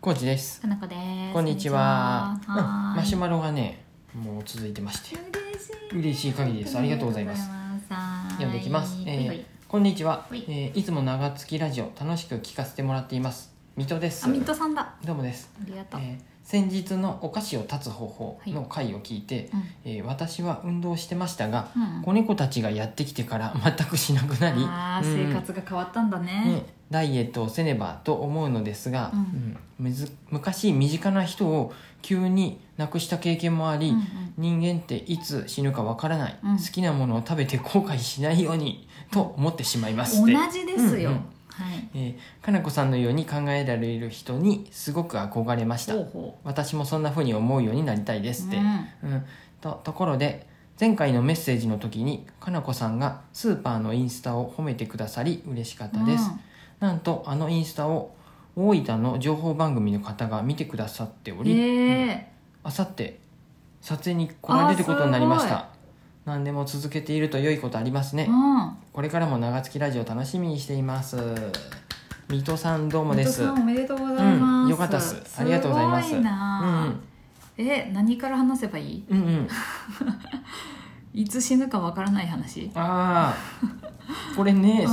コーチですかなこです。こんにちはこんにちうんはいマシュマロがねもう続いてまして嬉しい。嬉しい限りですありがとうございますは読んできます、えーほいほいこんにちは、はいえーいつも長月ラジオ楽しく聞かせてもらっています水戸ですあ、ミッドさんだ。あどうもです、りがとう。えー先日のお菓子を断つ方法の回を聞いて、えー私は運動してましたがうん。子猫たちがやってきてから 全くしなくなりああ、うん生活が変わったんだねね。、ダイエットをせねばと思うのですが、うんうんむず昔身近な人を急に亡くした経験もあり、うんうん人間っていつ死ぬかわからない、うん好きなものを食べて後悔しないようにと思ってしまいます同ってじですよ。うんうんはい。えー、かなこさんのように考えられる人にすごく憧れましたほうほ私もそんな風に思うようになりたいですっう。て、うんうん、とところで前回のメッセージの時にかなこさんがスーパーのインスタを褒めてくださり嬉しかったです、なんとあのインスタを大分の情報番組の方が見てくださっておうん。りええ。あさって撮影に来られることになりましあた何でも続けていると良いことありますねう。これからも長月ラジオ楽しみにしています水戸さんどうんもミでッドすさんおめでとうございまうんす。よかったっすありがとうございます。ごいうなんえ、何から話せばいい？うんうんうんいつ死ぬかわからない話。ああこれね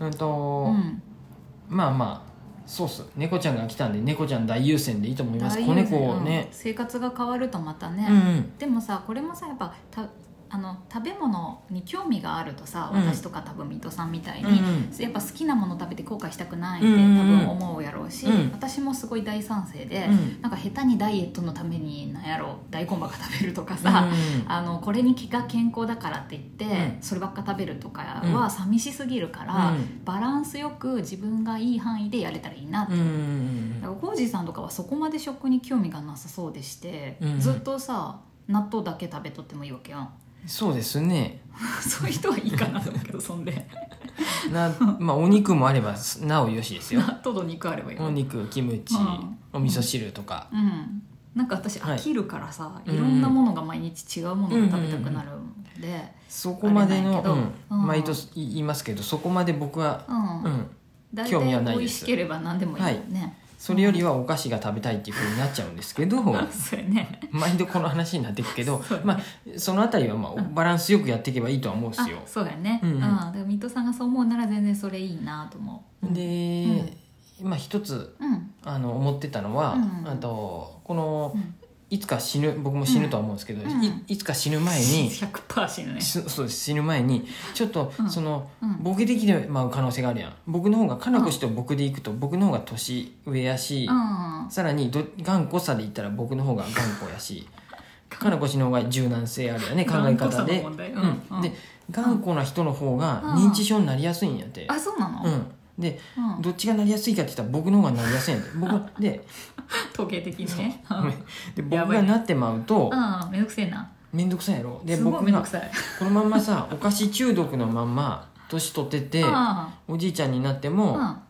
ううんとん。うん。まあまあそうっす猫ちゃんが来たんで猫ちゃん大優先でいいと思います大子丈夫猫をねうん生活が変わるとまたね。うんうんでもさこれもさやっぱたあの食べ物に興味があるとさうん私とか多分水戸さんみたいに、うんうんやっぱ好きなもの食べて後悔したくないってう多んうんうん分思うやろうし、うん私もすごい大賛成で、うんなんか下手にダイエットのためになんやろ大根ばっか食べるとかさ、うんあのこれに気が健康だからって言って、うんそればっか食べるとかうは寂しすぎるから、うんバランスよく自分がいい範囲でやれたらいいなってうんうんうんだからコージーさんとかはそこまで食に興味がなさそうでして、うんずっとさ納豆だけ食べとってもいいわけやん うんそうですねそういう人はいいかなと思うけどそんでなまあお肉もあればなおよしですよ納豆の肉あればいいわお肉キムチ、うんお味噌汁とか、うんなんか私はい飽きるからさ、うんい、ろんなものが毎日違うものが食べたくなるんで、そこまであれなんのやけどう、うんん毎年言いますけどそこまで僕は、うんうん、大興味はな体い美で味すしければ何でもいいよね、それよりはお菓子が食べたいっていうふうになっちゃうんですけど そうやね毎度この話になっていくけど そうねまあそのあたりは、まあ、バランスよくやっていけばいいとは思うんですよあ。そうやね、ううんんうんだからミッドさんがそう思うなら全然それいいなと思う、うん、で、まあ、一つうんあの思ってたのは、うんあとこのうんいつか死ぬ僕も死ぬとは思うんですけど、うんいいつか死ぬ前 に。 100%死ぬ ねしそうです死ぬ前にちょっとうんその、うんボケてきてまう可能性があるやん僕の方がかなこ氏と僕でいくと僕の方が年上やし、うんさらにど頑固さで言ったら僕の方が頑固や しかなこ氏の方が柔軟性あるよね考え頑固方さので問題うんうんうんで頑固な人の方がうん認知症になりやすいんやって、あそうなの、うん、でうんどっちがなりやすいかって言ったら僕の方がなりやすいんやって僕は で統計的にねうごめんんで僕がなってまうとうんめんどくせえな面倒くさいやろですごい僕めんどがくさいこのまんまさお菓子中毒のまんま年取っててあおじいちゃんになってあも、あ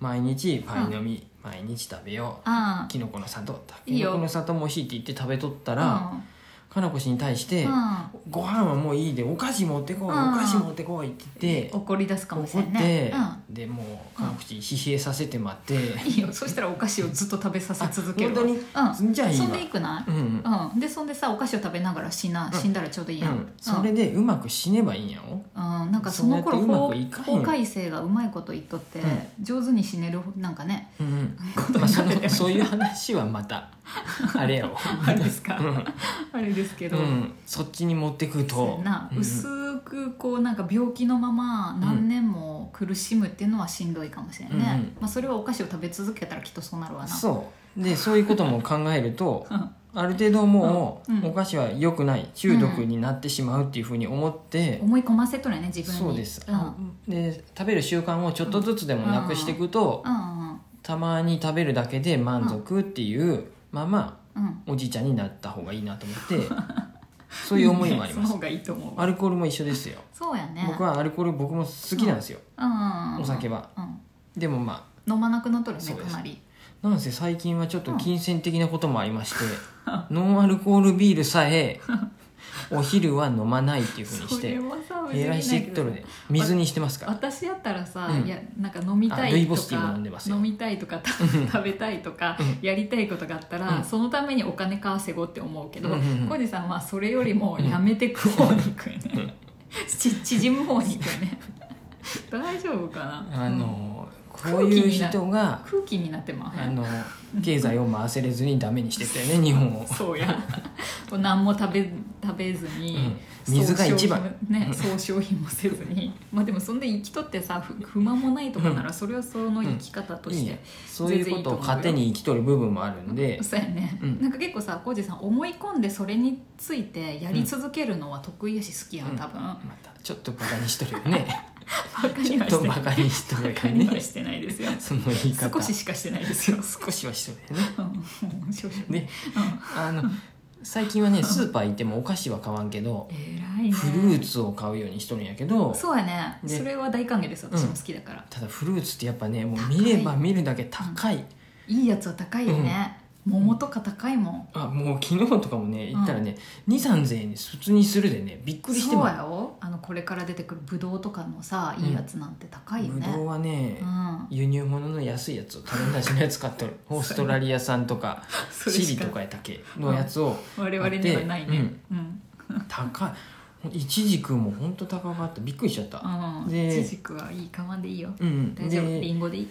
毎日パイ飲み、毎日食べようあきのこの里いいきよのこの里も美味しいって言って食べとったあら、かなこ氏に対して、あご飯はもういいでお菓子持ってこい、うんお菓子持ってこい」って言って怒り出すかもし怒れっんてね、でもうかなこ氏疲弊させて待って、うんいいよそしたらお菓子をずっと食べさせ続けるわあ本当にうんじゃあいいわそんでいくなうんうんい、うん、でそんでさお菓子を食べながら死な、うん死んだらちょうどいいやん、うんそれでうまく死ねばいいんやろ、うん、なんかその頃そうやってうまくいかへん法改正がうまいこと言っとって、う上手に死ねるなんかねうんうんことまあ、にそな ってたよのねそういう話はまたあれやろ あれですか、うんあれですけうど、ん、そっちに持ってくそうとやな、うん薄くこうなんか病気のまま何年も苦しむっていうのはしんどいかもしれないね、うんうんまあ、それはお菓子を食べ続けたらきっとそうなるわなそうでそういうことも考える とうんある程度もううんお菓子は良くない中毒になってしまうっていうふうに思って、思い込ませとるよね自分にそうです、うん、うんで食べる習慣をちょっとずつでもなくしていくと、うんたまに食べるだけで満足っていうままうんおじいちゃんになった方がいいなと思って そういう思いもありま いいねそのす方がいいと思うわアルコールも一緒ですよそうやね僕はアルコール僕も好きなんですよ、うんお酒は、うん、でもま飲まなくなっとるねそうですかなりあなんせ最近はちょっと金銭的なこともありまして、 ノンアルコールビールさえお昼は飲まないっていうふうにしそてれはさ無えらいしっとるで水にしてますから私やったらさ、うんいやなんか飲みたあルイいとボスティーもか飲んでますよ飲みたい とかた食べたいとか、うやりたいことがあったら、うんそのためにお金稼ごうって思うけどうんうんうん浩二、さんはそれよりもやめてく方に行くよね、 ち縮む方に行くよね 大丈夫かなあのうんこういう人が空気になってまあすの経済を回せれずにダメにしてたよね日本をそうやこう何も食べ食べずに、うん水が一番総消費もね総消費もせずにまあでもそんで生きとってさ不不満もないとかならそれはその生き方といしいて、ねそういうことを糧に生きとる部分もあるんでそうやね、うんなんか結構さ浩二さん思い込んでそれについてやり続けるのは得意やし好きやん多分、またちょっとバカにしとるよね バ カちにょっはとしてバないカにしとるバカよにはねしてないですよその言い方少ししかしてないです よ少しはしとるよねうん少々であの最近はねスーパー行ってもお菓子は買わんけど偉いねフルーツを買うようにしとるんやけどそうやねでそれは大歓迎です私も好きだから、ただフルーツってやっぱねもう高い見れば見るだけ高いいいやつは高いよね、桃とか高いもんあもう昨日とかもね行ったらね23000円に普通にするでねびっくりしてそうもやよあのこれから出てくるブドウとかのさうんいいやつなんて高いよぶね、どうはねうん輸入物の安いやつを種なしのやつ買っとるオーストラリア産とか それチしリかとかやったっけのやつを我々にはないねうん高いいちじくもほんと高かったびっくりしちゃったうんでいちじくはいい我慢でいいようん大丈夫リでンゴでいい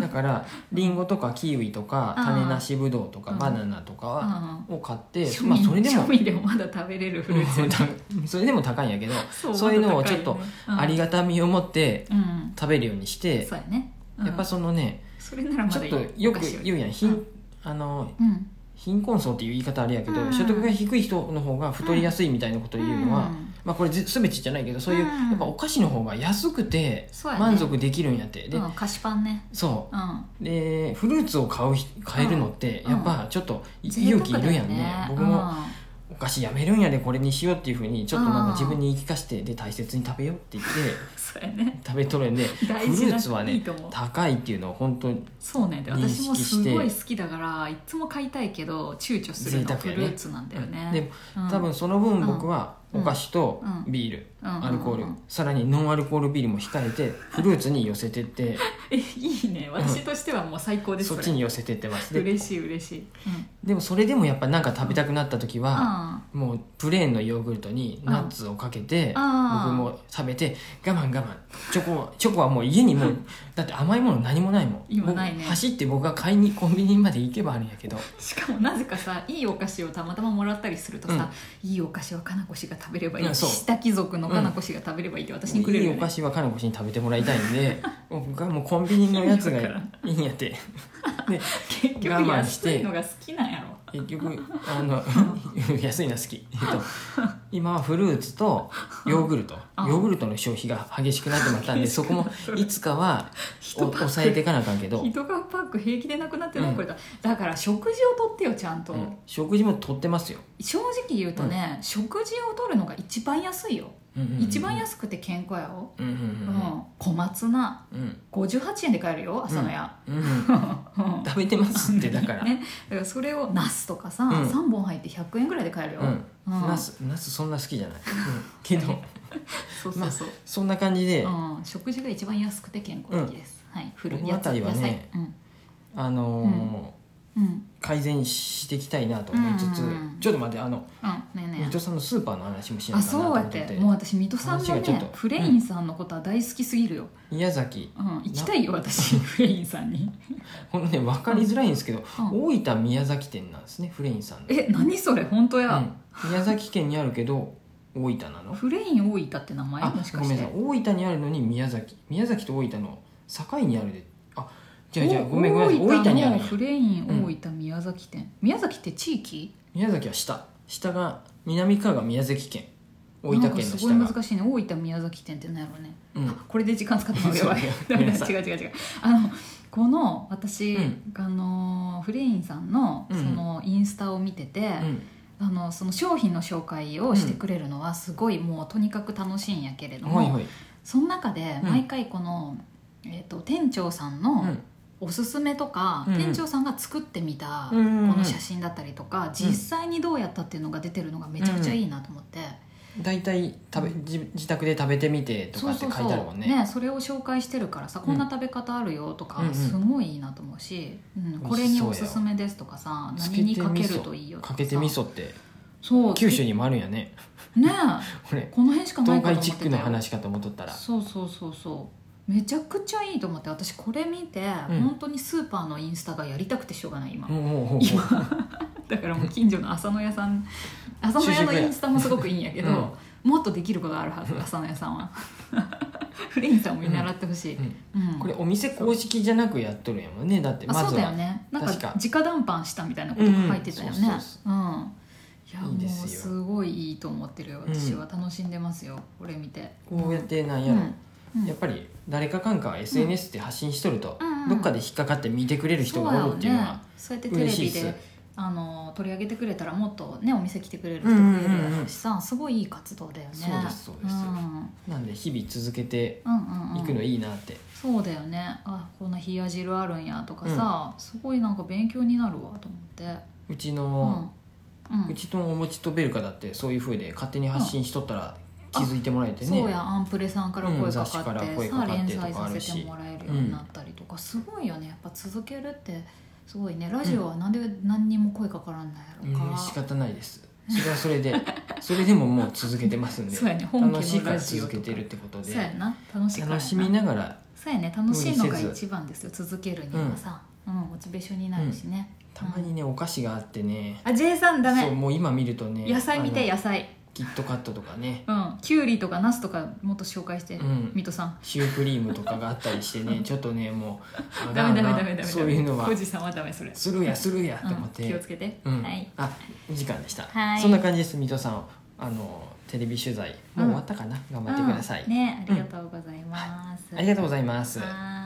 だからリンゴとかキウイとかあー種なしぶどうとかうんバナナとかうんはうんを買って庶まあ民それでも庶民でもまだ食べれるフルーツやねうん それでも高いんやけどそそういうのをちょっとありががたみを持ってうんうん食べるようにしてそうやねうんやっぱそのねそれならまちょっだいいとよくお菓子り言うやんう貧あのうん貧困層っていう言い方あれやけど、うん所得が低い人の方が太りやすいみたいなことを言うのは、んまあ、これず全てじゃないけどそういう、うんやっぱお菓子の方が安くてそうやね満足できるんやってで、うん菓子パンねそうんうでフルーツを買うひ買えるのってうんやっぱちょっと贅勇沢気だいよるやんね,、僕もうんお菓子やめるんやでこれにしようっていうふうにちょっとなんうんか自分に言い聞かせてで大切に食べようって 言ってそうやね食べとるんで大フ事ルなーツはいねいと思う高いっていうのを本当にそうねで認私も識しすてごい好きだからいつも買いたいけど躊躇するの贅フ沢やねルーツなんだよねでうん多分その分僕はお菓子とうんビール、うんうんうんアルコール、さらにノンアルコールビールも控え てフルーツに寄せてってえいいね私としてはもう最高ですそっれちに寄せてってますで嬉しい嬉しいでもそれでもやっぱなんか食べたくなった時は、あもうプレーンのヨーグルトにナッツをかけて、あ僕も食べて我慢我慢チョコチョコは もう家に もうだって甘いもの何もないもん今ないね僕走って僕が買いにコンビニまで行けばあるんや けどしかもなぜかさいいお菓子をたまたまもらったりするとさ、いいお菓子はかなこ氏が食べればいうんいそう下貴族のかなこ氏が食べればいいって私にくれいるいよ、おね菓子はかなこ氏に食べてもらいたいん で僕はもうコンビニのやつがいいんやってで結局我慢して安いのが好きなんやろ結局あの 安いのは好き、えっと、今はフルーツとヨーグルトあヨーグルトの消費が激しくなってまったんで激しそくこなっもとるいつかはお人ばっかり抑えていかなあかんけど、人がパック平気でなくなってない、うんこれだだから食事をとってよちゃんと、うん食事もとってますよ、正直言うとね、食事をとるのが一番安いよ、うんうんうん一番安くて健康やよ、うんうんうん小松菜うんうん58円で買えるよ朝の屋、うんうんうん食べてますってだから、ね、 だからそれをナスとかさ、うん3本入って100円ぐらいで買えるよ、うんうんナスナスそんな好きじゃない、うんけどそうそうそう、そんな感じで、うん、食事が一番安くて健康的です、はいフルこの辺りはね野菜うんあのーうんうんうん改善していきたいなと思いつつ、うんうんうんちょっと待ってあのねえねえ水戸さんのスーパーの話もしなあいかなとそう思やっってててもう私水戸さんの話がちょっねとフレインさんのことは大好きすぎるよ、宮崎うん行きたいよ私フレインさんにほんとね分かりづらいんですけど、うん大分宮崎店なんですねフレインさんの、え何それ本当や、うん宮崎県にあるけど大分なのフレイン大分って名前あもしごかめんしなてさい大分にあるのに宮崎宮崎と大分の境にあるであじゃあじゃあおごめんごめん大分にあるのんやフレイン大分宮崎店、宮崎って地域宮崎は下下が南側が宮崎県大分な県んかのす下ごいが難しいね大分宮崎店ってなんやろうねうんこれで時間使ってもやばいそうダメだご違う違う違うあのこの私、うんあのフレインさんのうそんのインスタを見てて、うんあのその商品の紹介をしてくれるのはすごいもうとにかく楽しいんやけれども、はいはいその中でうん毎回この、えー、と店長さんうのんおすすめとか、うん店長さんが作ってみたこうんの写真だったりとか、実際にどうやったっていうのが出てるのがめちゃくちゃいいなと思って、大体食べ自自宅で食べてみてとそかうってそ書いうてそうあるもんねねそれを紹介してるからさ、こんな食べ方あるよとうんうかんすごいいいなと思うし、うん美これ味しにそうおやすすめですとかさつけ何てに味噌かけるといいよとかかさけて味噌ってそう九州にもあるんやねねこれこの辺しかな東い海地かと思ってた区よの話かと思っとったらそうそうそうそうめちゃくちゃいいと思って私これ見て、うん本当にスーパーのインスタがやりたくてしょうがない今、もうもうもうだからもう近所の浅野屋 さん浅野屋のインスタもすごくいいんやけど、もっとできることがあるはず浅野屋さんは フレインさんも見習ってほしい、うんうんこれお店公式じゃなくやっとるんやもんねだってあまそうずだよはねなんか確か直談判したみたいなことが書いてたよねうんうんそうそううんいやいいですよもうすごいいいと思ってるようん私は楽しんでますよ、これ見てこうやってなんやろうんうんやっぱり誰かかんか SNS で発信しとるとうんうんどっかで引っかかって見てくれる人がおるっていうのはそうやってテレ嬉しいビっすであの取り上げてくれたらもっとねお店来てくれる人増えるやろうしさ、すごいいい活動だよねそうですそうですんなんで日々続けてうんうんうんいくのいいなってそうだよねあこんな冷や汁あるんやとかさ、すごいなんか勉強になるわと思ってうちうのんうん、うちのおもちとベルカだってそういうふうで勝手に発信しとったら気づいてもらえてね、そうやアンプレさんからうん声か雑誌かかっらて,、声さかあかっ連てとか載さあるせしてもらえるようになったりとか、すごいよねやっぱ続けるってすごいねラジオはなんで何にも声かからんないやろか、うん仕方ないですそれはそれでそれでももう続けてますんで そうやね本家楽しいのからラジオ続とかけてるってことでそうやな楽しいからや楽しみながらそうやね楽しいの無が理せず一番ですよ続けるにはさ、うんモチベーションになるしね、たまにねお菓子があってねあ J さんダそうメもう今見るとね野菜見あての野菜キットカットとかねうんきゅうりとかナスとかもっと紹介して、うんミトさんシュークリームとかがあったりして ねちょっとねもうあダがんメダメなダメダメそういうのはおじさんはダメそれするやするやと思っうん気をてつけて、うんはいあお時間でしたはいそんな感じです水戸さんあのテレビ取材もう終わったかな頑張ってくださいうんねありがとうございます、ありがとうございますはーい